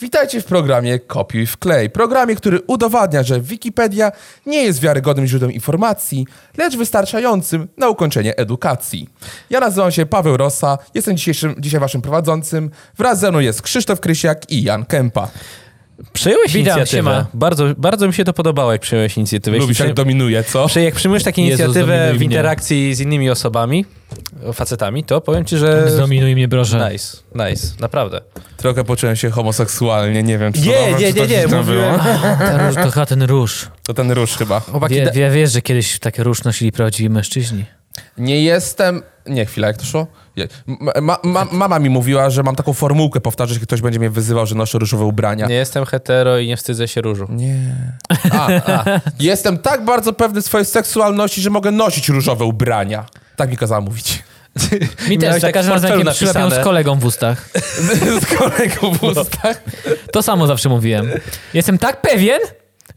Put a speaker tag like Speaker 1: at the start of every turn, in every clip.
Speaker 1: Witajcie w programie Kopiuj w klej. Programie, który udowadnia, że Wikipedia nie jest wiarygodnym źródłem informacji, lecz wystarczającym na ukończenie edukacji. Ja nazywam się Paweł Rosa, jestem dzisiejszym, dzisiaj waszym prowadzącym. Wraz ze mną jest Krzysztof Krysiak i Jan Kępa.
Speaker 2: Przyjąłeś
Speaker 3: Witam,
Speaker 2: inicjatywę.
Speaker 3: siema.
Speaker 2: Bardzo, bardzo mi się to podobało, jak przyjąłeś inicjatywę.
Speaker 1: Lubisz
Speaker 2: Jeśli
Speaker 1: jak dominuje, co?
Speaker 2: przy, jak przyjmujesz taką
Speaker 3: Jezus,
Speaker 2: inicjatywę
Speaker 3: dominuj
Speaker 2: w
Speaker 3: mnie.
Speaker 2: interakcji z innymi osobami, facetami, to powiem ci, że...
Speaker 3: Zdominuj mnie, proszę.
Speaker 2: Nice, nice, naprawdę.
Speaker 1: Trochę poczułem się homoseksualnie, nie wiem, czy to
Speaker 2: Nie,
Speaker 1: dobre,
Speaker 2: nie,
Speaker 1: czy to
Speaker 2: nie, nie,
Speaker 1: źle
Speaker 2: mówiłem.
Speaker 1: było.
Speaker 3: Ten róż to chyba ten róż.
Speaker 1: To ten róż chyba.
Speaker 3: Wie, wie, wiesz, że kiedyś takie róż nosili prawdziwi mężczyźni.
Speaker 1: Nie jestem. Nie, chwila, jak to szło? Je- Ma, ma, mama mi mówiła, że mam taką formułkę powtarzać, jeśli ktoś będzie mnie wyzywał, że noszę różowe ubrania.
Speaker 2: Nie jestem hetero i nie wstydzę się różu.
Speaker 1: Nie. A, a. Jestem tak bardzo pewny swojej seksualności, że mogę nosić różowe ubrania. Tak mi kazała mówić.
Speaker 3: Mi też,
Speaker 2: Miałeś
Speaker 3: za
Speaker 2: tak
Speaker 3: każdym
Speaker 2: w
Speaker 3: razem,
Speaker 2: portfelu
Speaker 3: jak mnie przyłapią
Speaker 2: napisane.
Speaker 3: z kolegą w ustach.
Speaker 1: Z kolegą w ustach.
Speaker 3: To samo zawsze mówiłem. Jestem tak pewien,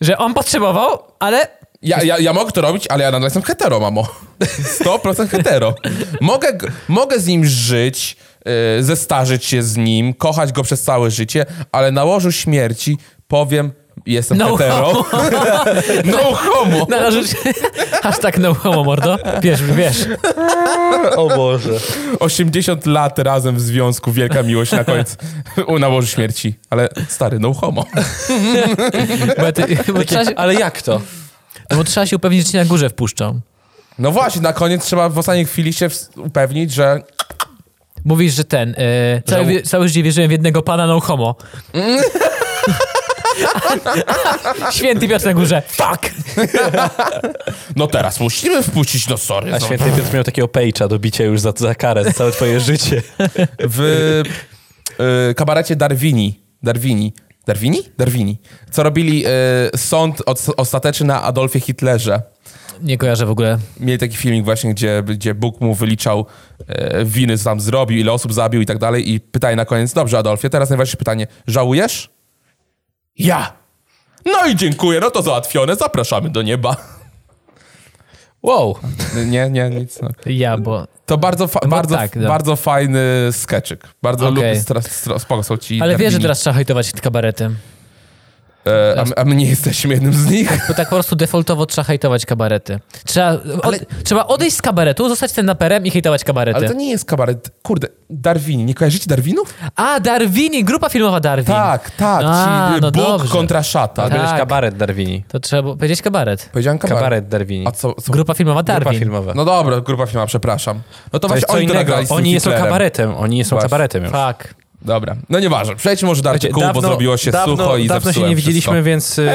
Speaker 3: że on potrzebował, ale
Speaker 1: Ja, ja, ja mogę to robić, ale ja nadal jestem hetero, mamo. 100% hetero. Mogę, g- mogę z nim żyć, yy, zestarzyć się z nim, kochać go przez całe życie, ale na łożu śmierci powiem, jestem
Speaker 3: No
Speaker 1: hetero. no homo.
Speaker 3: narażysz... Hashtag no homo, mordo. Wiesz, wiesz.
Speaker 2: O Boże.
Speaker 1: 80 lat razem w związku, wielka miłość na końcu. U, na łożu śmierci. Ale stary, no homo.
Speaker 3: Bo, ty, bo, trzeba się,
Speaker 2: Ale jak to?
Speaker 3: bo trzeba się upewnić, że cię na górze wpuszczą.
Speaker 1: No właśnie, na koniec trzeba w ostatniej chwili się ws- upewnić, że
Speaker 3: Mówisz, że ten. E, całe,
Speaker 1: Że-
Speaker 3: wie- całe życie wierzyłem w jednego pana no homo. Święty Piotr na górze. Fuck!
Speaker 1: no teraz musimy wpuścić, no sorry.
Speaker 2: A
Speaker 1: no.
Speaker 2: święty Piotr miał takiego pejcza do bicia już za, za karę, za całe twoje życie.
Speaker 1: w y, kabarecie Darwini. Darwini. Darwini? Darwini. Co robili y, sąd od, ostateczny na Adolfie Hitlerze.
Speaker 3: Nie kojarzę w ogóle.
Speaker 1: Mieli taki filmik właśnie, gdzie, gdzie Bóg mu wyliczał y, winy, co tam zrobił, ile osób zabił i tak dalej. I pytanie na koniec. Dobrze, Adolfie, teraz najważniejsze pytanie. Żałujesz? Ja. No i dziękuję, no to załatwione. Zapraszamy do nieba.
Speaker 2: Wow.
Speaker 1: Nie, nie, nic. No.
Speaker 3: Ja, bo.
Speaker 1: To bardzo, fa-
Speaker 3: No
Speaker 1: bardzo,
Speaker 3: tak, no.
Speaker 1: bardzo fajny skeczyk. Bardzo
Speaker 3: Okej.
Speaker 1: lubię, stra- stra- spoko są ci
Speaker 3: Ale wiesz, że
Speaker 1: Darwini.
Speaker 3: teraz trzeba hejtować kabaretem.
Speaker 1: E, a, my- a my nie jesteśmy jednym z nich.
Speaker 3: Bo tak po prostu defaultowo trzeba hejtować kabarety. Trzeba, od, trzeba odejść z kabaretu, zostać stand-uperem i hejtować kabarety.
Speaker 1: Ale to nie jest kabaret. Kurde, Darwini. Nie kojarzycie Darwinów?
Speaker 3: A, Darwini, grupa filmowa Darwin.
Speaker 1: Tak, tak.
Speaker 3: A,
Speaker 1: ci,
Speaker 3: no
Speaker 1: Bóg
Speaker 3: dobrze.
Speaker 1: kontra szatan.
Speaker 3: Tak.
Speaker 2: Byłeś kabaret Darwini.
Speaker 3: To trzeba było powiedzieć kabaret.
Speaker 1: Powiedziałem kabaret.
Speaker 2: Kabaret Darwini.
Speaker 1: A co, co?
Speaker 3: Grupa filmowa Darwin.
Speaker 2: Grupa filmowa.
Speaker 1: No dobra, grupa filmowa, przepraszam. No to,
Speaker 2: To
Speaker 1: właśnie
Speaker 2: jest co
Speaker 1: oni to
Speaker 2: innego.
Speaker 1: nagrali z tym
Speaker 2: Oni nie są
Speaker 1: Hitlerem.
Speaker 2: kabaretem. Oni nie są
Speaker 1: Właśnie.
Speaker 2: kabaretem już.
Speaker 3: Fuck.
Speaker 1: Dobra, no nieważne. Przejdźmy może do artykułu, bo zrobiło się
Speaker 2: dawno,
Speaker 1: sucho i
Speaker 2: Dawno się
Speaker 1: zepsułem
Speaker 2: nie widzieliśmy,
Speaker 1: wszystko.
Speaker 2: więc... y,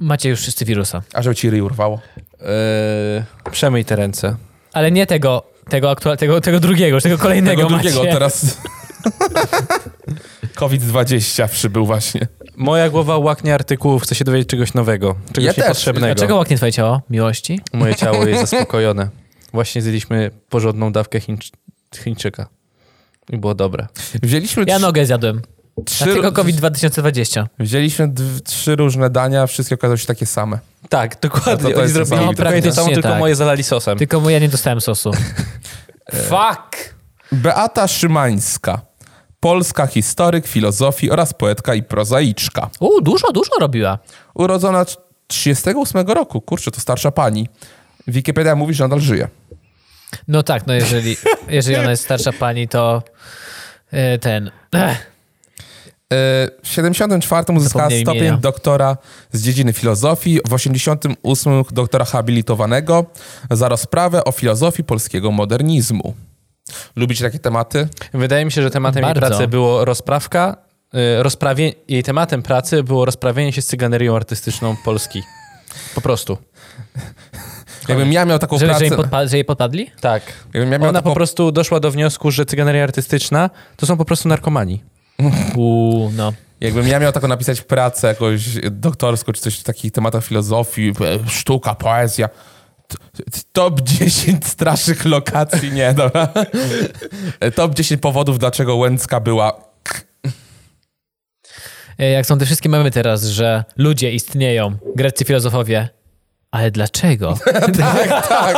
Speaker 3: Macie już wszyscy wirusa.
Speaker 1: A żeby ci ryj urwało.
Speaker 2: y, przemyj te ręce.
Speaker 3: Ale nie tego, tego, aktual, tego, tego drugiego, już tego kolejnego
Speaker 1: Tego drugiego
Speaker 3: macie.
Speaker 1: teraz... COVID-20 przybył właśnie.
Speaker 2: Moja głowa łaknie artykułów, chcę się dowiedzieć czegoś nowego, czegoś
Speaker 1: Ja też.
Speaker 2: niepotrzebnego.
Speaker 3: Dlaczego łaknie twoje ciało? Miłości?
Speaker 2: Moje ciało jest zaspokojone. Właśnie zjedliśmy porządną dawkę Chińcz- Chińczyka. I było dobre.
Speaker 1: Wzięliśmy
Speaker 3: Ja
Speaker 1: trz-
Speaker 3: nogę zjadłem.
Speaker 1: trzy,
Speaker 3: Dlatego COVID 2020.
Speaker 1: wzięliśmy d- trzy różne dania, wszystkie okazały się takie same.
Speaker 2: Tak,
Speaker 1: To- to
Speaker 2: dokładnie.
Speaker 1: jest
Speaker 2: Oni
Speaker 1: niesamowite.
Speaker 2: zrobili
Speaker 1: No,
Speaker 2: dokładnie to samo,
Speaker 3: praktycznie
Speaker 2: tylko
Speaker 3: tak.
Speaker 2: moje zalali sosem. E,
Speaker 3: Tylko mu ja nie dostałem sosu.
Speaker 2: Fuck!
Speaker 1: Beata Szymańska. Polska historyk, filozofii oraz poetka i prozaiczka.
Speaker 3: U, dużo, dużo robiła.
Speaker 1: Urodzona 38 roku. Kurczę, to starsza pani. Wikipedia mówi, że nadal żyje.
Speaker 3: No tak, no jeżeli, jeżeli ona jest starsza pani, to e, ten... Ech,
Speaker 1: E, W 74 uzyskała
Speaker 3: Zapomniałem
Speaker 1: stopień
Speaker 3: imienia.
Speaker 1: doktora z dziedziny filozofii, w 88 doktora habilitowanego za rozprawę o filozofii polskiego modernizmu. Lubicie takie tematy?
Speaker 2: Wydaje mi się, że tematem
Speaker 3: Bardzo.
Speaker 2: jej pracy było rozprawka. y, Rozprawie... Jej tematem pracy było rozprawienie się z cyganerią artystyczną Polski. Po prostu.
Speaker 1: Jakbym ja miał taką
Speaker 3: Że, że,
Speaker 1: pracę...
Speaker 3: jej podpa- że jej podpadli?
Speaker 2: Tak.
Speaker 1: Jakbym ja miał
Speaker 2: Ona
Speaker 1: taką...
Speaker 2: po prostu doszła do wniosku, że cyganeria artystyczna to są po prostu narkomani.
Speaker 3: U, no.
Speaker 1: Jakbym ja miał taką napisać pracę jakąś doktorską, czy coś w takich tematach filozofii, e, sztuka, poezja. T- t- Top 10 strasznych lokacji, nie, dobra. E, Top 10 powodów, dlaczego Łęcka była...
Speaker 3: E, Jak są te wszystkie mamy teraz, że ludzie istnieją, greccy filozofowie, ale dlaczego?
Speaker 1: Tak, tak.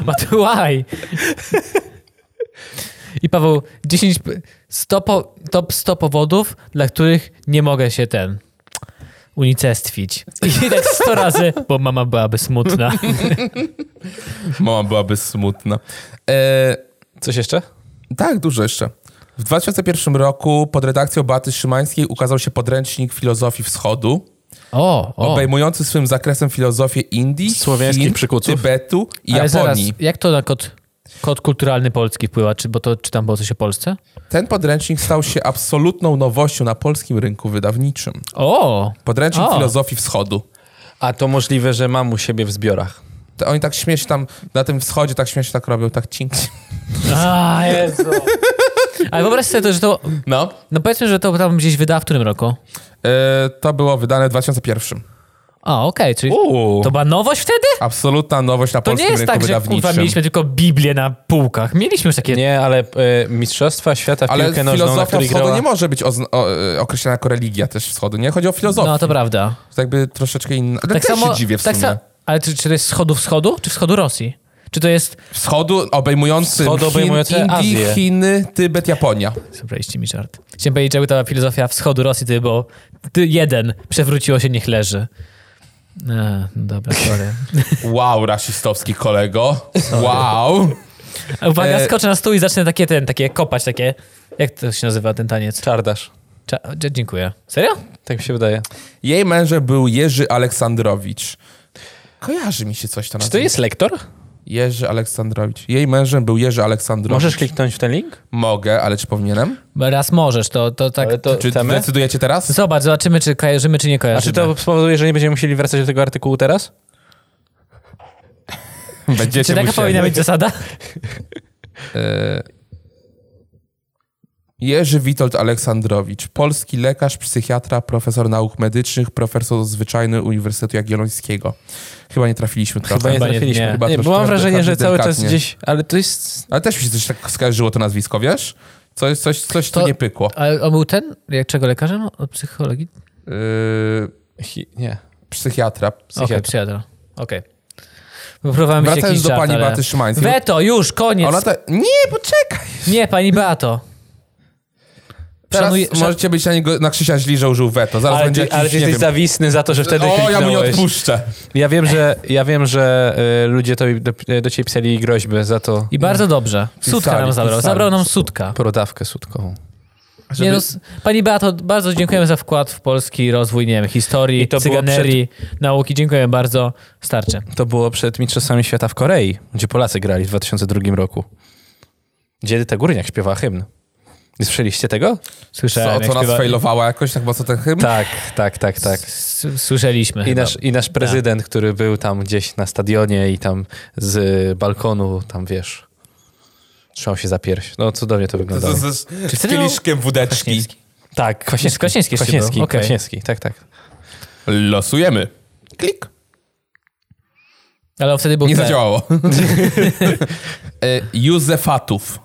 Speaker 3: But why? I Paweł, 10, p- 100 po, top 100 powodów, dla których nie mogę się ten unicestwić. I tak 100 razy, bo mama byłaby smutna.
Speaker 1: Mama byłaby smutna. E,
Speaker 2: Coś jeszcze?
Speaker 1: tak, dużo jeszcze. W 2001 roku pod redakcją Beaty Szymańskiej ukazał się podręcznik filozofii wschodu,
Speaker 3: O, o.
Speaker 1: obejmujący swym zakresem filozofię Indii,
Speaker 2: Słowiańskich
Speaker 1: Chin,
Speaker 2: przykuców.
Speaker 1: Tybetu i
Speaker 3: Ale
Speaker 1: Japonii.
Speaker 3: zaraz, jak to na kod, kod kulturalny Polski wpływa? Czy, bo to, czy tam było coś o Polsce?
Speaker 1: Ten podręcznik stał się absolutną nowością na polskim rynku wydawniczym.
Speaker 3: O!
Speaker 1: Podręcznik
Speaker 3: O.
Speaker 1: filozofii wschodu.
Speaker 2: A to możliwe, że mam u siebie w zbiorach.
Speaker 1: To oni tak śmiesznie tam, na tym wschodzie tak śmiesznie tak robią, tak cink.
Speaker 3: A, Jezu. Ale wyobraź sobie to, że to...
Speaker 1: No.
Speaker 3: No powiedzmy, że to tam gdzieś wyda w którym roku?
Speaker 1: E, to było wydane w 2001.
Speaker 3: A, okej, czyli
Speaker 1: Uuu.
Speaker 3: to była nowość wtedy?
Speaker 1: Absolutna nowość na
Speaker 3: To
Speaker 1: polskim
Speaker 3: nie jest
Speaker 1: rynku
Speaker 3: tak, że
Speaker 1: wydawniczym.
Speaker 3: kurwa, mieliśmy tylko Biblię na półkach. Mieliśmy już takie...
Speaker 2: Nie, ale e, Mistrzostwa Świata w
Speaker 1: Ale
Speaker 2: piłkę nożną, na
Speaker 1: filozofia
Speaker 2: której
Speaker 1: wschodu
Speaker 2: grała...
Speaker 1: nie może być ozna- o, e, określana jako religia też wschodu, nie? Chodzi o filozofię.
Speaker 3: No, to prawda.
Speaker 1: To jakby troszeczkę inna. Ale Tak
Speaker 3: Tak
Speaker 1: też
Speaker 3: samo...
Speaker 1: się dziwię w
Speaker 3: tak
Speaker 1: sumie.
Speaker 3: sa- ale czy, czy to jest wschodu wschodu, czy wschodu Rosji? Czy to jest...
Speaker 1: Wschodu obejmujący
Speaker 2: Wschodu
Speaker 1: Chin,
Speaker 2: obejmujący
Speaker 1: Indii,
Speaker 2: Azję.
Speaker 1: Chiny, Tybet, Japonia.
Speaker 3: Zabraliście mi żart. Chciałem powiedzieć, jakby ta filozofia wschodu Rosji, to było ty jeden, przewróciło się, niech leży. A, no dobra, sorry.
Speaker 1: Wow, rasistowski kolego.
Speaker 3: No.
Speaker 1: Wow.
Speaker 3: A Uwaga,
Speaker 1: E,
Speaker 3: skoczę na stół i zacznę takie ten, takie kopać, takie... Jak to się nazywa ten taniec?
Speaker 2: Czardasz.
Speaker 3: Cza- dzie- dziękuję. Serio?
Speaker 2: Tak mi się wydaje.
Speaker 1: Jej mężem był Jerzy Aleksandrowicz. Kojarzy mi się coś to
Speaker 2: Czy to jest lektor?
Speaker 1: Jerzy Aleksandrowicz. Jej mężem był Jerzy Aleksandrowicz.
Speaker 2: Możesz kliknąć w ten link?
Speaker 1: Znaczy, Mogę, ale czy powinienem?
Speaker 3: Raz możesz, to, to tak...
Speaker 2: Ale to-
Speaker 1: Czy
Speaker 2: Chcemy?
Speaker 1: decydujecie teraz?
Speaker 3: Zobacz, zobaczymy, czy kojarzymy, czy nie
Speaker 2: A
Speaker 3: kojarzymy.
Speaker 2: czy Znaczy,
Speaker 1: tak.
Speaker 2: to spowoduje, że nie będziemy musieli wracać do tego artykułu teraz?
Speaker 1: Będziecie
Speaker 3: Czy taka
Speaker 1: musieli.
Speaker 3: powinna być zasada?
Speaker 1: Jerzy Witold Aleksandrowicz, polski lekarz, psychiatra, profesor nauk medycznych, profesor zwyczajny Uniwersytetu Jagiellońskiego. Chyba nie trafiliśmy trochę.
Speaker 2: Chyba nie
Speaker 3: Chyba nie,
Speaker 2: trafiliśmy. Nie,
Speaker 3: nie.
Speaker 1: Chyba
Speaker 2: bo
Speaker 1: troszkę
Speaker 2: mam wrażenie, że cały czas
Speaker 1: delikatnie.
Speaker 2: gdzieś... Ale to jest...
Speaker 1: Ale też mi się coś tak skojarzyło to nazwisko, wiesz? Coś, coś, coś tu
Speaker 3: To-
Speaker 1: nie pykło.
Speaker 3: Ale on był ten? Jak czego lekarzem? Od psychologii?
Speaker 1: Yy,
Speaker 2: Hi- Nie.
Speaker 1: psychiatra.
Speaker 3: Okej,
Speaker 1: psychiatra.
Speaker 3: przyjadę. Okej. Próbowałem się
Speaker 1: Wracając
Speaker 3: jakiś
Speaker 1: do
Speaker 3: żart,
Speaker 1: pani
Speaker 3: ale...
Speaker 1: Beaty Szymańskiej.
Speaker 3: Weto, już, koniec.
Speaker 1: Ona te... Nie, poczekaj!
Speaker 3: Nie, pani Beato.
Speaker 1: Teraz
Speaker 3: Szanuję- szan-
Speaker 1: możecie być na, niego, na Krzysia źli, że użył weto. Zaraz
Speaker 2: Ale
Speaker 1: będzie
Speaker 2: ty,
Speaker 1: jakiś,
Speaker 2: ale ty
Speaker 1: nie
Speaker 2: jesteś
Speaker 1: wiem.
Speaker 2: zawisny za to, że wtedy
Speaker 1: O, ja mu nie
Speaker 2: kliknąłeś.
Speaker 1: odpuszczę.
Speaker 2: Ja wiem, że, ja wiem, że y, ludzie to, do, do ciebie pisali groźby za to
Speaker 3: I bardzo dobrze. Sutka
Speaker 1: Pisali,
Speaker 3: nam zabrał.
Speaker 1: pisali.
Speaker 3: Zabrał nam sutka.
Speaker 2: prodawkę sutkową.
Speaker 1: Żeby-
Speaker 3: Nie, no, s- pani Beato, bardzo dziękujemy za wkład w polski rozwój, nie wiem, historii,
Speaker 2: I to było
Speaker 3: cyganerii, nauki. Dziękujemy bardzo. Starczy.
Speaker 2: To było przed Mistrzostwami Świata w Korei, gdzie Polacy grali w 2002 roku. Gdzie Edyta Górniak śpiewała hymn. Nie słyszeliście tego?
Speaker 1: Co,
Speaker 3: Słyszałem,
Speaker 1: co
Speaker 3: jak
Speaker 1: nas
Speaker 3: śpiewa-
Speaker 1: failowała jakoś tak mocno ten hymn?
Speaker 2: Tak, tak, tak, tak.
Speaker 3: S- s- Słyszeliśmy.
Speaker 2: I
Speaker 3: chyba.
Speaker 2: nasz, I nasz prezydent, który był tam gdzieś na stadionie i tam z balkonu, tam wiesz, trzymał się za pierś. No cudownie to
Speaker 1: Z,
Speaker 2: wyglądało.
Speaker 1: z, z, z
Speaker 3: wtedy miał-
Speaker 1: kieliszkiem wódeczki.
Speaker 2: Tak, Kwaśniewski.
Speaker 3: Kwaśniewski jeszcze
Speaker 2: Kwaśniewski,
Speaker 3: był, okej.
Speaker 2: Kwaśniewski, tak, tak.
Speaker 1: Losujemy. Klik.
Speaker 3: Ale on wtedy był
Speaker 1: Nie
Speaker 2: Tak.
Speaker 3: ten-
Speaker 1: zadziałało. E, Józefatów.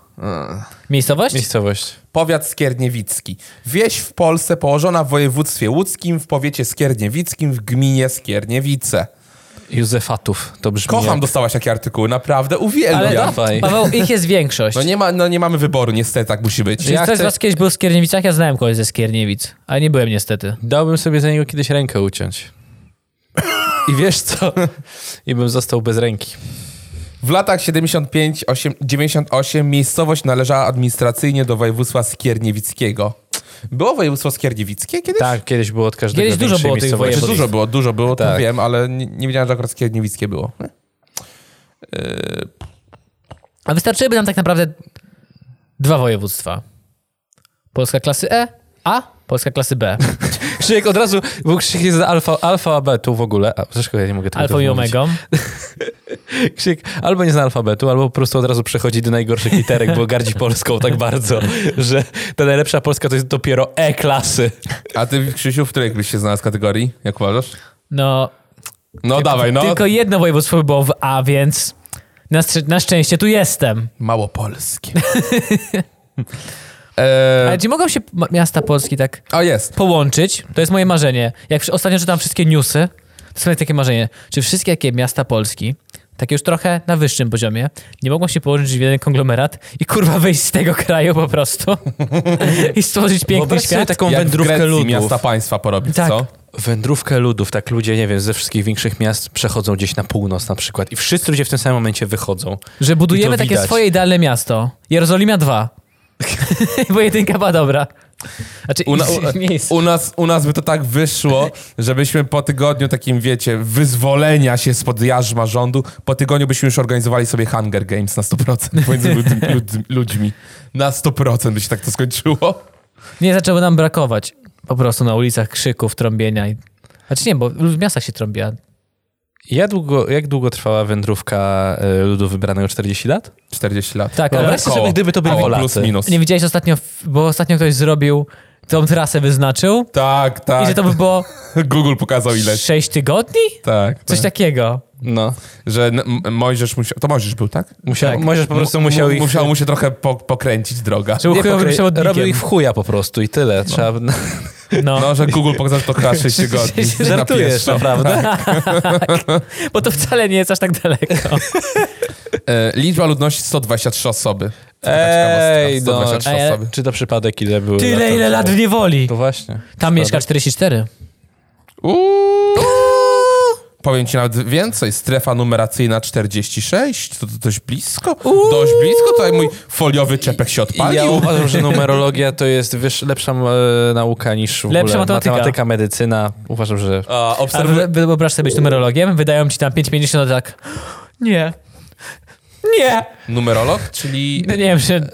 Speaker 3: Miejscowość?
Speaker 2: Miejscowość.
Speaker 1: Powiat skierniewicki. Wieś w Polsce położona w województwie łódzkim, w powiecie skierniewickim, w gminie Skierniewice.
Speaker 2: Józefatów, to brzmi
Speaker 1: Kocham,
Speaker 2: jak...
Speaker 1: dostałaś takie artykuły, naprawdę
Speaker 3: Ale no,
Speaker 1: uwielbiam.
Speaker 2: Dawaj.
Speaker 3: Paweł, ich jest większość.
Speaker 1: No nie, ma, no nie mamy wyboru, niestety tak musi być.
Speaker 3: Czyli
Speaker 2: Ja
Speaker 3: ktoś z
Speaker 2: chcę-
Speaker 3: was kiedyś był w Skierniewicach? Ja znałem kogoś ze Skierniewic, ale nie byłem niestety.
Speaker 2: Dałbym sobie za niego kiedyś rękę uciąć. I wiesz co? I bym został bez ręki.
Speaker 1: W latach 75-98 miejscowość należała administracyjnie do województwa skierniewickiego. Było województwo skierniewickie kiedyś?
Speaker 2: Tak, kiedyś było od każdego
Speaker 3: Kiedyś
Speaker 2: większej
Speaker 3: dużo było tych
Speaker 2: miejscowości.
Speaker 1: Znaczy,
Speaker 3: województw.
Speaker 1: dużo było, dużo było, to
Speaker 2: Tak.
Speaker 1: wiem, ale nie, nie wiedziałem, że akurat skierniewickie było. Yy,
Speaker 3: A wystarczyłyby nam tak naprawdę dwa województwa. Polska klasy E, a Polska klasy B.
Speaker 2: Krzyk od razu, bo Krzyk jest z alfa, alfabetu w ogóle. A, zresztą ja nie mogę tego
Speaker 3: Alfa i
Speaker 2: domówić.
Speaker 3: omegą.
Speaker 2: Krzyk albo nie zna alfabetu, albo po prostu od razu przechodzi do najgorszych literek, bo gardzi Polską tak bardzo, że ta najlepsza Polska to jest dopiero E E-klasy.
Speaker 1: A ty, Krzysiu, w której byś się znalazł kategorii, jak uważasz?
Speaker 3: No,
Speaker 1: No dawaj, no.
Speaker 3: tylko jedno województwo by było w A, więc na, strze- na szczęście tu jestem.
Speaker 1: Małopolskie. e,
Speaker 3: Ale czy mogą się ma- miasta Polski tak
Speaker 1: o, jest.
Speaker 3: połączyć? To jest moje marzenie. Jak przy- ostatnio czytam wszystkie newsy, to jest moje takie marzenie. Czy wszystkie jakie miasta Polski takie już trochę na wyższym poziomie, nie mogą się położyć w jeden konglomerat i kurwa wyjść z tego kraju po prostu i stworzyć piękny
Speaker 2: Wyobraź sobie
Speaker 3: świat.
Speaker 2: taką
Speaker 1: Jak w
Speaker 2: wędrówkę
Speaker 1: Grecji
Speaker 2: ludów.
Speaker 1: miasta państwa porobić,
Speaker 3: Tak.
Speaker 1: co?
Speaker 2: Wędrówkę ludów, tak ludzie, nie wiem, ze wszystkich większych miast przechodzą gdzieś na północ na przykład i wszyscy ludzie w tym samym momencie wychodzą.
Speaker 3: Że
Speaker 2: I to
Speaker 3: budujemy takie
Speaker 2: widać.
Speaker 3: swoje idealne miasto. Jerozolima 2. Bo jedynka była dobra. Znaczy,
Speaker 1: U, na,
Speaker 3: nie jest.
Speaker 1: u, u, nas, u nas by to tak wyszło, żebyśmy po tygodniu takim, wiecie, wyzwolenia się spod jarzma rządu, po tygodniu byśmy już organizowali sobie Hunger Games na 100% pomiędzy lud, lud, ludźmi. Na 100% by się tak to skończyło.
Speaker 3: Nie zaczęło nam brakować po prostu na ulicach krzyków, trąbienia. I... Znaczy nie, bo w miastach się trąbiła.
Speaker 2: Ja długo, jak długo trwała wędrówka e, ludu wybranego 40 lat?
Speaker 1: 40 lat.
Speaker 3: Tak, ale
Speaker 2: Wyobraźcie
Speaker 1: Koło.
Speaker 2: sobie, gdyby to byli
Speaker 1: Koło,
Speaker 2: Polacy.
Speaker 1: Plus, minus.
Speaker 3: nie widziałeś ostatnio, bo ostatnio ktoś zrobił, tą trasę wyznaczył
Speaker 1: Tak,
Speaker 3: i że
Speaker 1: tak.
Speaker 3: to by było
Speaker 1: Google pokazał ile.
Speaker 3: 6 tygodni?
Speaker 1: Tak.
Speaker 3: Coś
Speaker 1: tak.
Speaker 3: takiego.
Speaker 2: No.
Speaker 1: Że n- M- Mojżesz musiał... To Mojżesz był, tak?
Speaker 2: Musiał,
Speaker 3: Tak.
Speaker 2: Możesz po prostu
Speaker 1: Mu-
Speaker 2: musiał
Speaker 1: mu-
Speaker 2: ich...
Speaker 1: musiał mu się trochę po, pokręcić droga.
Speaker 3: Że
Speaker 2: Nie,
Speaker 3: uchyłowym
Speaker 2: pokry-
Speaker 3: przewodnikiem.
Speaker 2: robił ich w chuja po prostu i tyle. Trzeba...
Speaker 3: No.
Speaker 1: No, że Google pokazał że to chyba 6 tygodni.
Speaker 2: Żartujesz,
Speaker 1: Na pierwszą.
Speaker 2: naprawdę?
Speaker 3: Bo to wcale nie jest aż tak daleko.
Speaker 1: E, liczba ludności 123 osoby. Taka
Speaker 2: Ej,
Speaker 1: ciekawostka,
Speaker 2: no,
Speaker 1: 123
Speaker 3: ej,
Speaker 1: osoby.
Speaker 2: Czy to przypadek, ile było?
Speaker 3: Tyle, ile lat w niewoli.
Speaker 2: To właśnie.
Speaker 3: Tam mieszka 44.
Speaker 1: Uuu. Powiem ci nawet więcej, strefa numeracyjna 46, to, to dość blisko, dość blisko, tutaj mój foliowy czepek się
Speaker 2: I ja
Speaker 1: odpalił.
Speaker 2: uważam, że numerologia to jest wyż, lepsza e, nauka niż w ogóle
Speaker 3: Lepsza matematyka.
Speaker 2: matematyka, medycyna. Uważam, że
Speaker 1: A,
Speaker 3: A
Speaker 1: obserwuję,
Speaker 3: wy, wyobraź sobie być numerologiem, wydają ci tam 5,50, a tak nie, nie,
Speaker 1: numerolog, czyli...
Speaker 3: no nie wiem, że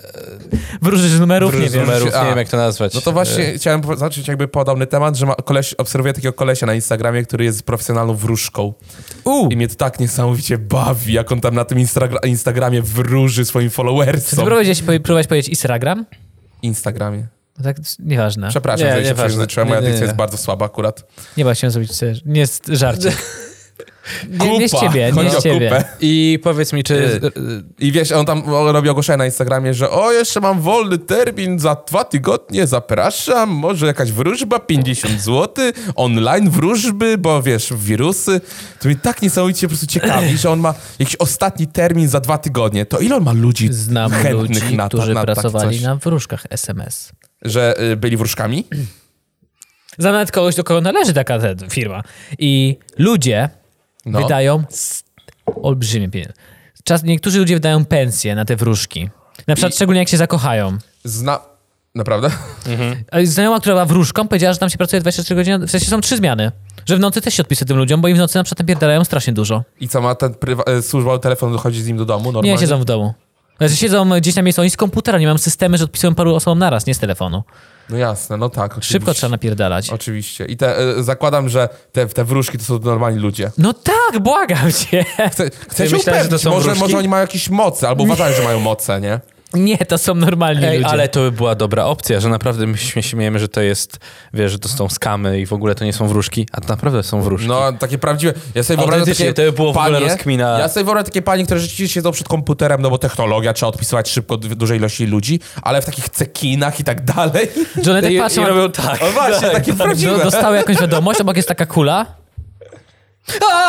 Speaker 3: wróżysz numerów,
Speaker 2: Wróż
Speaker 3: nie wiem.
Speaker 2: numerów,
Speaker 1: A.
Speaker 2: nie wiem jak to nazwać.
Speaker 1: No to właśnie chciałem po- zacząć jakby podobny temat, że ma koleś, obserwuję takiego kolesia na Instagramie, który jest profesjonalną wróżką.
Speaker 3: U,
Speaker 1: I mnie to tak niesamowicie bawi, jak on tam na tym Instagra- Instagramie wróży swoim
Speaker 3: czy ty
Speaker 1: followersom.
Speaker 3: próbowałeś powie- próbowałeś powiedzieć Instagram?
Speaker 1: Instagramie.
Speaker 3: No Tak, nieważne.
Speaker 1: Przepraszam,
Speaker 2: Nie,
Speaker 1: że się
Speaker 2: nieważne.
Speaker 1: przejrzyczyłem, moja
Speaker 2: Nie, nie,
Speaker 1: dykcja
Speaker 2: nie.
Speaker 1: jest bardzo słaba akurat.
Speaker 3: Nie bać się zrobić, sobie- nie jest żarcik. Nie, nie z
Speaker 1: Kupa.
Speaker 3: ciebie, nie
Speaker 1: Chodzi o
Speaker 3: z ciebie. Y,
Speaker 1: kupę. Y,
Speaker 2: I powiedz mi, czy...
Speaker 1: I wiesz, on tam robi ogłoszenie na Instagramie, że o, jeszcze mam wolny termin za dwa tygodnie, zapraszam, może jakaś wróżba, 50 zł, online wróżby, bo wiesz, wirusy. To mnie tak niesamowicie po prostu ciekawi, że on ma jakiś ostatni termin za dwa tygodnie. To ile on ma ludzi
Speaker 3: Znam
Speaker 1: chętnych
Speaker 3: ludzi,
Speaker 1: na, to-
Speaker 3: którzy
Speaker 1: na
Speaker 3: pracowali
Speaker 1: tak coś,
Speaker 3: na wróżkach SMS.
Speaker 1: Że y, byli wróżkami?
Speaker 3: Znam nawet kogoś, do kogo należy taka te- firma. I ludzie
Speaker 1: No.
Speaker 3: wydają s- olbrzymie pieniądze. Czas, niektórzy ludzie wydają pensje na te wróżki. Na przykład szczególnie jak się zakochają.
Speaker 1: Zna... Naprawdę?
Speaker 3: A Znajoma, która była wróżką, powiedziała, że tam się pracuje 23 godziny, w sensie są trzy zmiany. Że w nocy też się odpisuje tym ludziom, bo im w nocy na przykład napierdalają strasznie dużo.
Speaker 1: I co, ma ten prywa- y, służba telefon dochodzi z nim do domu normalnie?
Speaker 3: Nie, siedzą w domu. Znaczy siedzą gdzieś na miejscu, oni z komputera, nie mam systemy, że odpisują paru osobom naraz, nie z telefonu.
Speaker 1: No jasne, no tak. Oczywiście.
Speaker 3: Szybko trzeba napierdalać.
Speaker 1: Oczywiście. I te, y, zakładam, że te, te wróżki to są normalni ludzie.
Speaker 3: No tak, błagam cię.
Speaker 1: Chcę, chcę się
Speaker 2: myślałeś,
Speaker 1: upewnić,
Speaker 2: że to są
Speaker 1: może,
Speaker 2: wróżki?
Speaker 1: może oni mają jakieś moce, albo uważają, że mają moce, nie?
Speaker 3: Nie, to są normalni
Speaker 2: Ej,
Speaker 3: ludzie.
Speaker 2: e, ale to by była dobra opcja, że naprawdę my się śmiejemy, że to jest, wiesz, że to są skamy i w ogóle to nie są wróżki, a to naprawdę są wróżki.
Speaker 1: No, takie prawdziwe. Ja sobie wyobrażam
Speaker 2: Autentycznie,
Speaker 1: takie
Speaker 2: to by było w ogóle rozkmina.
Speaker 1: Ja sobie wyobrażam takie panie, które rzeczywiście siedzą przed komputerem, no bo technologia, trzeba odpisywać szybko du- dużej ilości ludzi, ale w takich cekinach i tak dalej.
Speaker 3: Johnny tak
Speaker 2: I,
Speaker 3: patrzy,
Speaker 2: i
Speaker 3: ma-
Speaker 2: robią tak.
Speaker 1: O właśnie, takie
Speaker 3: do,
Speaker 1: prawdziwe.
Speaker 3: dostały jakąś wiadomość, obok jest taka kula.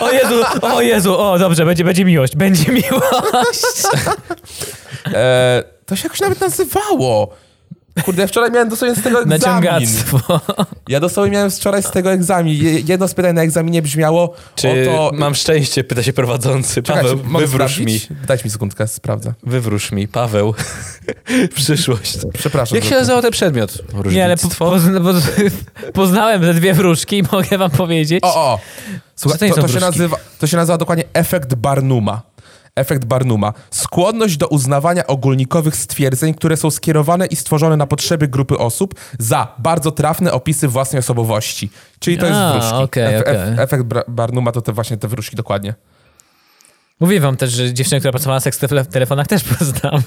Speaker 3: O Jezu, o Jezu, o dobrze, będzie, będzie miłość, będzie miłość.
Speaker 1: E, to się jakoś nawet nazywało. Kurde, ja wczoraj miałem dosłownie z tego egzamin.
Speaker 3: Naciągactwo.
Speaker 1: Ja dosłownie miałem wczoraj z tego egzamin. Je- Jedno z pytań na egzaminie brzmiało
Speaker 2: Czy
Speaker 1: o to...
Speaker 2: mam szczęście, pyta się prowadzący.
Speaker 1: Czekajcie,
Speaker 2: Paweł,
Speaker 1: mogę
Speaker 2: wywróż mi.
Speaker 1: sprawdzić? Dajcie mi sekundkę, sprawdzę.
Speaker 2: Wywróż mi, Paweł. Przyszłość.
Speaker 1: Przepraszam.
Speaker 2: Jak się
Speaker 1: za to.
Speaker 2: nazywał ten przedmiot?
Speaker 3: Nie, ale po, pozna, poz, poznałem te dwie wróżki i mogę wam powiedzieć.
Speaker 1: O, o.
Speaker 3: Co to
Speaker 1: Słuchaj,
Speaker 3: nie
Speaker 1: to,
Speaker 3: są
Speaker 1: to, się
Speaker 3: wróżki?
Speaker 1: nazywa, to się nazywa dokładnie efekt Barnuma. Efekt Barnuma. Skłonność do uznawania ogólnikowych stwierdzeń, które są skierowane i stworzone na potrzeby grupy osób za bardzo trafne opisy własnej osobowości. Czyli to jest
Speaker 3: A,
Speaker 1: wróżki.
Speaker 3: okej,
Speaker 1: Ef- ef-
Speaker 3: okej.
Speaker 1: Efekt Bra- Barnuma to te właśnie te wróżki dokładnie.
Speaker 3: Mówię wam też, że dziewczynę, która pracowała na seks tele- telefonach też poznam.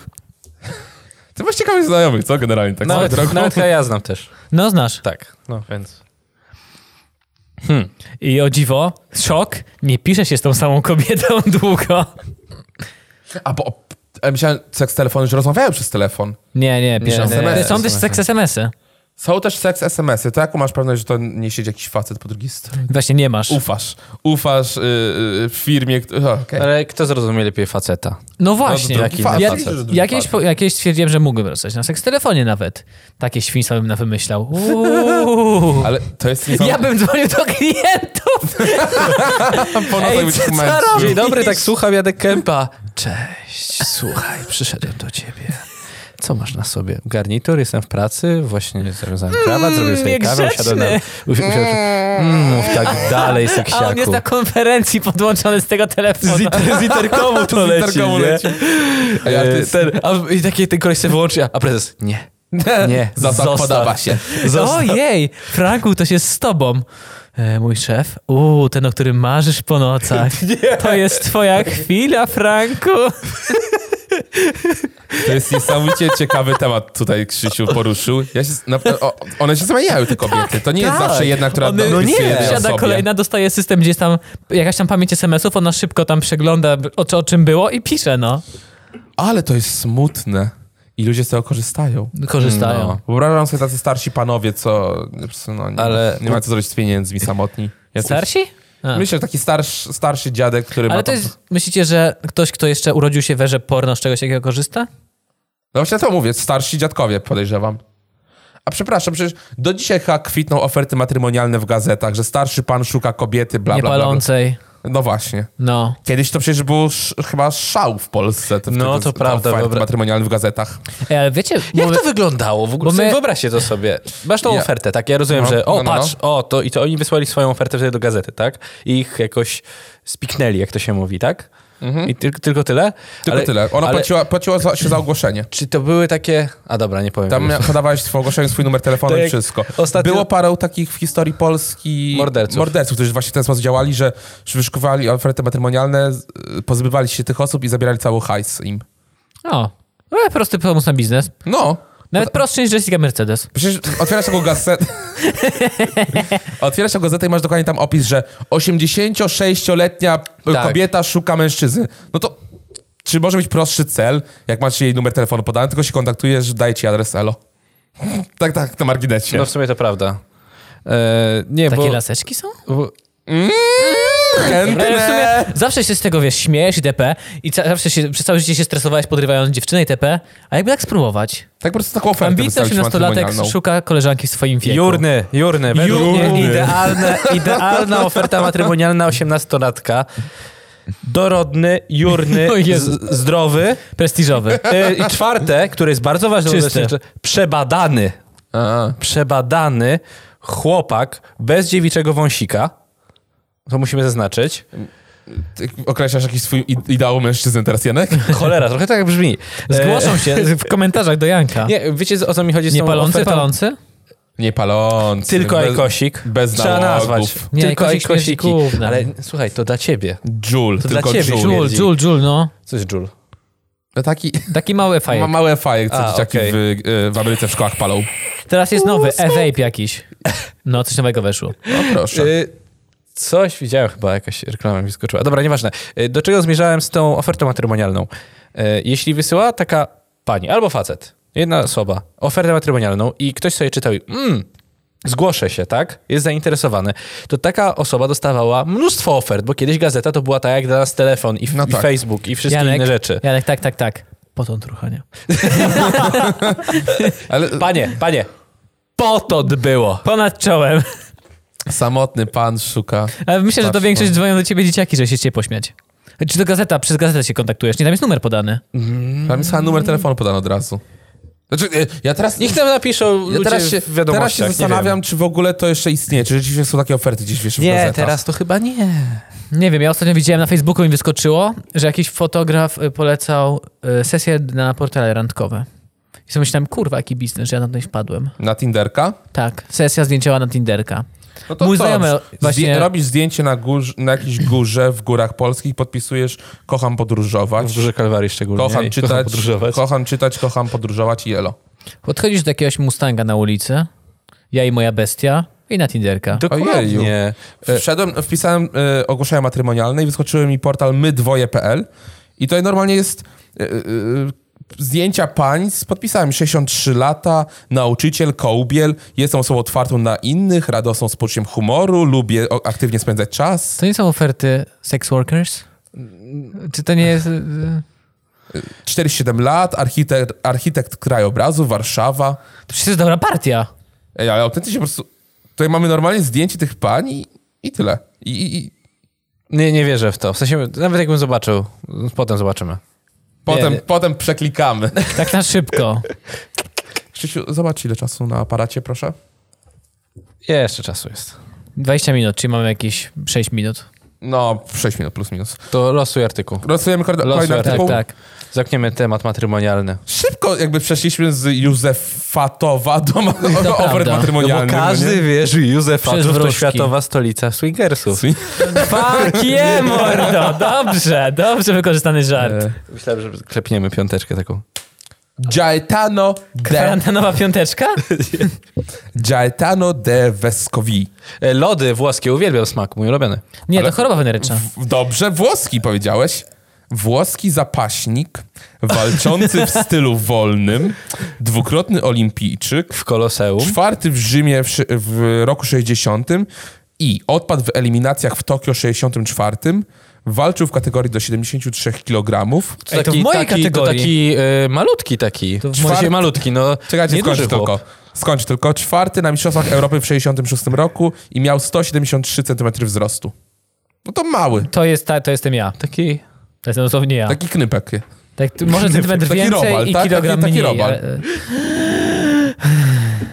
Speaker 1: Ty masz ciekawych znajomych, co generalnie? Tak swoją
Speaker 2: Nawet,
Speaker 1: drogą.
Speaker 2: nawet ja znam też.
Speaker 3: No znasz.
Speaker 2: Tak, no więc.
Speaker 3: I o dziwo, szok, nie pisze się z tą samą kobietą długo.
Speaker 1: A bo a myślałem, seks telefony, że rozmawiają przez telefon.
Speaker 3: Nie, nie, piszą.
Speaker 2: nie,
Speaker 3: Nie,
Speaker 2: nie,
Speaker 3: Są też
Speaker 2: SMS-y.
Speaker 3: seks SMS-y.
Speaker 1: Są też seks SMS-y. To jaką masz pewność, że to nie siedzi jakiś facet po drugiej stronie?
Speaker 3: Właśnie nie masz.
Speaker 1: Ufasz. Ufasz yy, yy, firmie, która... Okay.
Speaker 2: Ale kto zrozumie lepiej faceta?
Speaker 3: No właśnie.
Speaker 2: No,
Speaker 1: Drugi
Speaker 2: jaki
Speaker 1: facet.
Speaker 2: ja-
Speaker 1: Myślę, że drugi
Speaker 3: Jakieś,
Speaker 1: facet.
Speaker 3: po, jakieś stwierdziłem, że mógłbym dostać na seks telefonie nawet. Takie świństwa bym na wymyślał. Uuu.
Speaker 1: Ale to jest
Speaker 3: Ja bym dzwonił do klientów.
Speaker 1: po nocach
Speaker 3: Ej,
Speaker 1: być
Speaker 3: co- co
Speaker 1: męski.
Speaker 3: robisz?
Speaker 2: Dzień dobry, tak słucham Jadek Kępa. Cześć, słuchaj, przyszedłem do ciebie. Co masz na sobie? Garnitur, jestem w pracy, właśnie zawiązałem krawat, zrobiłem sobie kawę,
Speaker 3: niegrzeczny.
Speaker 2: usiadłem na... usi- usiadłem- Mm, mów tak dalej,
Speaker 3: A on jest
Speaker 2: seksiaku.
Speaker 3: na konferencji podłączony z tego telefonu.
Speaker 2: Z, inter, z interkomu tak. to leci,
Speaker 1: interkomu
Speaker 2: nie? E,
Speaker 1: leci. Ej, ale to jest-
Speaker 2: Ten, a, I taki ten koleś sobie wyłączy, a, a prezes, nie, nie,
Speaker 1: Zasad
Speaker 2: zostaw.
Speaker 1: podoba się.
Speaker 2: Zostaw.
Speaker 3: Ojej, Franku, to się z tobą. E, mój szef. Uuu, ten, o którym marzysz po nocach. To jest twoja chwila, Franku.
Speaker 1: To jest niesamowicie ciekawy temat tutaj Krzysiu poruszył. Ja się, na, o, one się zmieniają, te kobiety. to nie jest
Speaker 2: tak.
Speaker 1: zawsze jedna, która
Speaker 2: One- no nie.
Speaker 1: dopisuje jednej
Speaker 3: Siada
Speaker 1: osobie.
Speaker 3: kolejna, dostaje system, gdzie jest tam jakaś tam pamięć SMS-ów, ona szybko tam przegląda, o, co- o czym było i pisze, no.
Speaker 1: Ale to jest smutne. I ludzie z tego korzystają.
Speaker 3: Korzystają.
Speaker 1: No. Wyobrażam sobie tacy starsi panowie, co no, nie,
Speaker 2: Ale-
Speaker 1: nie ma co zrobić z pieniędzmi, samotni. Jacyś-
Speaker 3: Starsi?
Speaker 2: Tak.
Speaker 3: A.
Speaker 1: Myślę, że taki starsz, starszy dziadek, który ma
Speaker 3: Ale to
Speaker 1: tam-
Speaker 3: jest, myślicie, że ktoś, kto jeszcze urodził się w erze porno, z czegoś takiego korzysta?
Speaker 1: No właśnie to mówię, starsi dziadkowie podejrzewam. A przepraszam, przecież do dzisiaj chyba kwitną oferty matrymonialne w gazetach, że starszy pan szuka kobiety, bla, bla, bla. bla.
Speaker 3: Niepalącej.
Speaker 1: No właśnie.
Speaker 3: No.
Speaker 1: Kiedyś to przecież był sz, chyba szał w Polsce. Te,
Speaker 2: No,
Speaker 1: te- te-
Speaker 2: to
Speaker 1: te
Speaker 2: prawda,
Speaker 1: oferty
Speaker 2: dobra.
Speaker 1: matrymonialne w gazetach.
Speaker 3: Ej, ale wiecie,
Speaker 2: Jak
Speaker 3: bo-
Speaker 2: to wyglądało w ogóle?
Speaker 3: Bo my-
Speaker 2: My... Wyobraźcie to sobie. Masz tą
Speaker 1: Ja-
Speaker 2: ofertę, tak? Ja rozumiem,
Speaker 1: No,
Speaker 2: że o,
Speaker 1: no, no,
Speaker 2: patrz, o, to i to oni wysłali swoją ofertę wtedy do gazety, tak? I ich jakoś spiknęli, jak to się mówi, tak? I tylko, tylko tyle?
Speaker 1: Mhm. Tylko
Speaker 2: Ale-
Speaker 1: tyle. Ona
Speaker 2: ale
Speaker 1: płaciła, płaciła za, się za ogłoszenie.
Speaker 2: Czy to były takie... A dobra, nie powiem.
Speaker 1: Tam
Speaker 2: już.
Speaker 1: mia- podawałeś swoje ogłoszenie, swój numer telefonu
Speaker 2: Mhm.
Speaker 1: i
Speaker 2: To jak
Speaker 1: wszystko.
Speaker 2: ostatnio-
Speaker 1: Było parę takich w historii Polski
Speaker 2: Morderców.
Speaker 1: morderców, którzy właśnie w ten sposób działali, że wyszukowali oferty matrymonialne, z- y, pozbywali się tych osób i zabierali cały hajs im.
Speaker 3: O, no, prosty pomysł na biznes.
Speaker 1: No,
Speaker 3: Nawet prostszy niż Jessica Mercedes.
Speaker 1: Przecież otwierasz taką gazetę. otwierasz taką gazetę i masz dokładnie tam opis, że 86-letnia
Speaker 2: Tak.
Speaker 1: kobieta szuka mężczyzny. No to czy może być prostszy cel, jak masz jej numer telefonu podany, tylko się kontaktujesz, daje ci adres Elo. Tak, tak, na marginesie.
Speaker 2: No w sumie to prawda. E, nie,
Speaker 3: Takie
Speaker 2: bo...
Speaker 3: laseczki są?
Speaker 2: bo...
Speaker 1: Chętne.
Speaker 3: Ale w
Speaker 1: Eee.
Speaker 3: sumie zawsze się z tego, wiesz, śmiejesz itp. I ca- zawsze się, przez całe życie się stresowałeś podrywając dziewczynę itp. A jakby tak spróbować?
Speaker 1: Tak po prostu taką ofertę
Speaker 3: Ambitny
Speaker 1: wystawić
Speaker 3: 18-latek
Speaker 1: matrymonialną.
Speaker 3: szuka koleżanki w swoim wieku.
Speaker 2: Jurny, jurny. Według
Speaker 3: Jurny.
Speaker 2: mnie idealna, idealna oferta matrymonialna 18-latka. Dorodny, jurny,
Speaker 3: O Jezu.
Speaker 2: z- zdrowy.
Speaker 3: Prestiżowy.
Speaker 2: E, I czwarte, które jest bardzo ważne,
Speaker 3: Czyste.
Speaker 2: obecnie, że przebadany,
Speaker 1: A,
Speaker 2: przebadany chłopak bez dziewiczego wąsika. To musimy zaznaczyć.
Speaker 1: ty określasz jakiś swój i- ideał mężczyzny teraz, Janek?
Speaker 2: Cholera, trochę tak brzmi. E,
Speaker 3: Zgłoszą się w komentarzach do Janka. Nie,
Speaker 2: Nie, wiecie o co mi chodzi z tą
Speaker 3: palący,
Speaker 2: ofertą?
Speaker 3: palący?
Speaker 1: Nie palący.
Speaker 2: Tylko
Speaker 1: bez-
Speaker 2: Ajkosik.
Speaker 1: bez
Speaker 2: Trzeba
Speaker 1: nałogów.
Speaker 2: nazwać.
Speaker 3: Nie,
Speaker 2: Tylko
Speaker 3: Ajkosik śmierdzi
Speaker 2: Ajkosiki.
Speaker 3: gównem.
Speaker 2: Ale słuchaj, to dla ciebie.
Speaker 1: Joule,
Speaker 2: To dla
Speaker 1: tylko
Speaker 2: ciebie,
Speaker 1: Joule.
Speaker 3: Dżul,
Speaker 2: Pierdzi.
Speaker 3: dżul, dżul, no.
Speaker 2: Co jest Jul?
Speaker 1: No Taki
Speaker 3: Taki mały
Speaker 1: ma
Speaker 3: fajek.
Speaker 1: małe fajek, co
Speaker 2: A,
Speaker 1: dzieciaki
Speaker 2: okej.
Speaker 1: w, y, w Ameryce w szkołach palą.
Speaker 3: Teraz jest nowy, e-vape jakiś. No, coś nowego weszło.
Speaker 1: No proszę.
Speaker 2: Y, Coś widziałem chyba, jakaś reklama mi wyskoczyła. Dobra, nieważne. Y, Do czego zmierzałem z tą ofertą matrymonialną? Y, Jeśli wysyła taka pani albo facet, jedna osoba, ofertę matrymonialną i ktoś sobie czytał i mm, zgłoszę się, tak? Jest zainteresowany. To taka osoba dostawała mnóstwo ofert, bo kiedyś gazeta to była tak jak dla nas telefon i, f-
Speaker 1: No
Speaker 2: i
Speaker 1: tak.
Speaker 2: Facebook i wszystkie inne rzeczy.
Speaker 3: Janek, tak, tak, tak. Potąd ruchania.
Speaker 1: Ale
Speaker 2: Panie, panie, potąd było.
Speaker 3: Ponad czołem.
Speaker 2: Y-
Speaker 1: samotny pan szuka.
Speaker 3: Ale myślę, że to
Speaker 1: Patrz,
Speaker 3: większość dzwonią do ciebie dzieciaki, że się z ciebie pośmiać. Czy to gazeta, przez gazetę się kontaktujesz? Nie, tam jest numer podany.
Speaker 1: Tam jest chyba numer telefonu podany od razu. Znaczy, y, ja teraz nie
Speaker 2: Niech nam napiszą
Speaker 1: ja
Speaker 2: ludzie
Speaker 1: teraz się,
Speaker 2: w wiadomościach.
Speaker 1: teraz się
Speaker 2: nie wiem.
Speaker 1: zastanawiam, czy w ogóle to jeszcze istnieje. Czy rzeczywiście są takie oferty gdzieś wiesz, w
Speaker 2: Nie,
Speaker 1: gazetach?
Speaker 2: teraz to chyba nie.
Speaker 3: Nie wiem, ja ostatnio widziałem na Facebooku mi wyskoczyło, że jakiś fotograf y, polecał y, sesję na portale randkowe. I sobie myślałem, kurwa, jaki biznes, że ja na to nie wpadłem.
Speaker 1: Na Tinderka?
Speaker 3: Tak, sesja zdjęciowa na Tinderka.
Speaker 1: No to
Speaker 3: Mój
Speaker 1: co?
Speaker 3: znajomy
Speaker 1: Zdję-
Speaker 3: właśnie-
Speaker 1: Robisz zdjęcie na, górz, na jakiejś górze w górach polskich, podpisujesz kocham podróżować,
Speaker 2: W Duże Kalwarii szczególnie.
Speaker 1: kocham
Speaker 2: I
Speaker 1: czytać,
Speaker 2: Kocham podróżować.
Speaker 1: kocham czytać, kocham podróżować i elo.
Speaker 3: Podchodzisz do jakiegoś Mustanga na ulicy, ja i moja bestia i na Tinderka.
Speaker 1: Ojeju.
Speaker 2: Dokładnie.
Speaker 3: E-
Speaker 1: Wszedłem, wpisałem y, ogłoszenia matrymonialne i wyskoczyły mi portal mydwoje.pl i to normalnie jest y, y, zdjęcia pań z podpisami 63 lata, nauczyciel, kołbiel, jestem osobą otwartą na innych, radosną z poczuciem humoru, lubię o- aktywnie spędzać czas.
Speaker 3: To nie są oferty sex workers? Czy to nie jest... y,
Speaker 1: 47 lat, architekt, architekt krajobrazu, Warszawa.
Speaker 3: To przecież jest dobra partia.
Speaker 1: Ej, ale autentycznie po prostu... Tutaj mamy normalnie zdjęcie tych pań i, i tyle. I, i, i
Speaker 2: Nie, nie wierzę w to. W sensie, nawet jakbym zobaczył, potem zobaczymy.
Speaker 1: potem,
Speaker 2: nie.
Speaker 1: potem przeklikamy.
Speaker 3: Tak na szybko.
Speaker 1: Krzysiu, zobacz ile czasu na aparacie, proszę.
Speaker 2: Jeszcze czasu jest.
Speaker 3: 20 minut, czyli mamy jakieś 6 minut.
Speaker 1: No, 6 minut plus minus.
Speaker 2: To losuj artykuł.
Speaker 1: Losujemy kor-
Speaker 2: Losuj
Speaker 1: kolejny
Speaker 2: artykuł.
Speaker 1: artykuł.
Speaker 3: Tak, tak.
Speaker 2: Zamkniemy temat matrymonialny.
Speaker 1: Szybko jakby przeszliśmy z Józefatowa do ma- do
Speaker 3: prawda.
Speaker 1: ofert matrymonialnych. no nie?
Speaker 2: wierzy Józefa,
Speaker 3: Przez
Speaker 2: że to
Speaker 3: wróżki.
Speaker 2: światowa stolica swingersów.
Speaker 1: Swing-
Speaker 3: Fuck yeah, mordo! Dobrze, dobrze wykorzystany żart.
Speaker 1: E.
Speaker 2: Myślałem, że klepniemy piąteczkę taką.
Speaker 1: Gaetano de,
Speaker 3: Kwarantannowa piąteczka?
Speaker 1: Gaetano de Vescovi.
Speaker 2: E, Lody włoskie, uwielbiam smak, mój ulubiony.
Speaker 3: Nie,
Speaker 1: Ale-
Speaker 3: to choroba weneryczna.
Speaker 1: W- Dobrze, włoski powiedziałeś. Włoski zapaśnik, walczący w stylu wolnym, dwukrotny olimpijczyk,
Speaker 2: W Koloseum.
Speaker 1: czwarty w Rzymie w, szy- w roku 60 i odpadł w eliminacjach w Tokio 64. Walczył w kategorii do 73 kg.
Speaker 3: Ej, to w mojej
Speaker 2: taki,
Speaker 3: kategorii.
Speaker 2: To taki e, malutki taki.
Speaker 3: To w
Speaker 2: w
Speaker 3: mojej-
Speaker 2: sensie malutki, no.
Speaker 1: Czekajcie,
Speaker 2: nieduży
Speaker 1: skończ
Speaker 2: chłop.
Speaker 1: tylko. Skończ tylko. Czwarty na Mistrzostwach Europy w 66 roku i miał 173 cm wzrostu. No to mały.
Speaker 3: To, jest ta, to jestem ja.
Speaker 2: Taki...
Speaker 3: To jestem dosłownie ja.
Speaker 1: Taki knypek.
Speaker 3: Tak, tu może centymetr
Speaker 1: Taki
Speaker 3: więcej
Speaker 1: robal,
Speaker 3: i
Speaker 1: tak? Taki-
Speaker 3: kilogram
Speaker 1: taki
Speaker 3: mniej.
Speaker 1: robal.
Speaker 3: ale- e,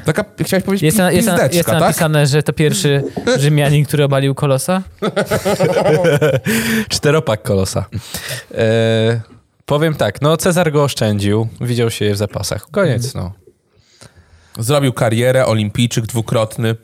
Speaker 1: Taka, chciałeś powiedzieć,
Speaker 3: Jest, na, jest, na, jest
Speaker 1: pizdeczka, tak?
Speaker 3: napisane, że to pierwszy Rzymianin, który obalił kolosa?
Speaker 2: Czteropak kolosa. E, powiem tak, no Cezar go oszczędził, widział się w zapasach. Koniec, no.
Speaker 1: Zrobił karierę, olimpijczyk dwukrotny.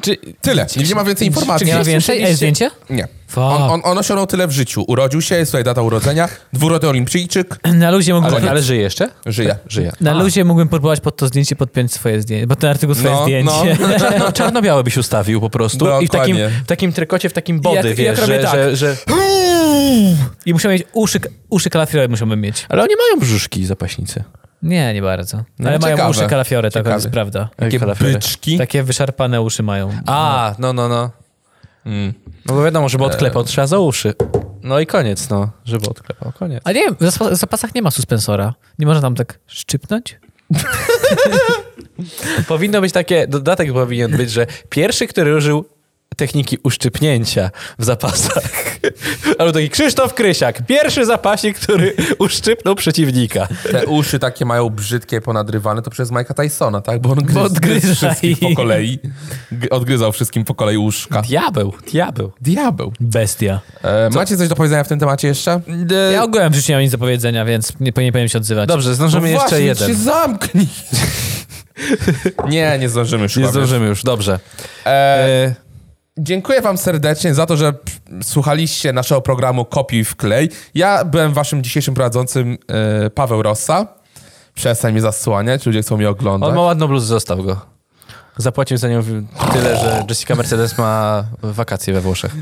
Speaker 2: Czy,
Speaker 1: Tyle. Nie ma więcej informacji.
Speaker 3: Nie ma więcej?
Speaker 2: słyszeliście-
Speaker 3: Ej, zdjęcie?
Speaker 1: Nie.
Speaker 3: Fuck.
Speaker 1: On, on, on osiągnął tyle w życiu. Urodził się, jest tutaj data urodzenia, dwukrotny olimpijczyk,
Speaker 3: Na luzie mógłbym,
Speaker 2: ale, ale żyje jeszcze?
Speaker 1: żyje.
Speaker 2: Żyje.
Speaker 3: na luzie mógłbym podpływać pod to zdjęcie, podpiąć swoje zdjęcie, bo ten artykuł swoje
Speaker 1: No,
Speaker 3: zdjęcie.
Speaker 2: No, czarno-białe byś ustawił po prostu i w takim,
Speaker 1: Dokładnie.
Speaker 2: w takim trykocie, w takim body,
Speaker 3: Jak- jak
Speaker 2: wiesz,
Speaker 3: robię
Speaker 2: że,
Speaker 3: tak.
Speaker 2: że, że...
Speaker 3: I musiał mieć uszy, uszy kalafiory musiałbym mieć.
Speaker 2: Ale oni mają brzuszki zapaśnicy.
Speaker 3: Nie, nie bardzo.
Speaker 1: No,
Speaker 3: ale mają
Speaker 1: ciekawe.
Speaker 3: uszy kalafiory, tak to jest
Speaker 1: Ciekawe.
Speaker 3: prawda.
Speaker 1: Takie
Speaker 2: Kalafery.
Speaker 1: byczki.
Speaker 3: Takie wyszarpane uszy mają.
Speaker 2: A, no, no, no. No bo wiadomo, żeby odklepał, trzeba za uszy. No i koniec, no. Żeby odklepał, koniec.
Speaker 3: A nie wiem, w zaspa- zapasach nie ma suspensora. Nie można tam tak szczypnąć?
Speaker 2: Powinno być takie, dodatek powinien być, że pierwszy, który użył techniki uszczypnięcia w zapasach. Albo taki Krzysztof Krysiak, pierwszy zapaśnik, który uszczypnął przeciwnika.
Speaker 1: Te uszy takie mają brzydkie, ponadrywane, to przez Mike'a Tysona, tak? Bo on gryzł,
Speaker 3: odgryza
Speaker 1: odgryzł wszystkim
Speaker 3: i-
Speaker 1: po kolei. G- Odgryzał wszystkim po kolei uszka.
Speaker 2: Diabeł, diabeł.
Speaker 1: Diabeł. No
Speaker 3: Bestia.
Speaker 1: E, macie coś do powiedzenia w tym temacie jeszcze?
Speaker 3: Ja ogółem w życiu nie mam nic do powiedzenia, więc nie, nie powinienem się odzywać.
Speaker 2: E, Dobrze, zdążymy
Speaker 1: No
Speaker 2: jeszcze
Speaker 1: właśnie,
Speaker 2: jeden.
Speaker 1: się zamknij. nie, nie zdążymy już.
Speaker 2: Nie
Speaker 1: chyba,
Speaker 2: zdążymy już, dobrze.
Speaker 1: wiesz. E,
Speaker 2: E,
Speaker 1: dziękuję wam serdecznie za to, że p- słuchaliście naszego programu Kopiuj w klej. Ja byłem waszym dzisiejszym prowadzącym e, Paweł Rossa. Przestań mnie zasłaniać, ludzie chcą mnie oglądać.
Speaker 2: on ma ładną bluzę, zostaw go. Zapłacił za nią tyle, że Jessica Mercedes ma wakacje we Włoszech.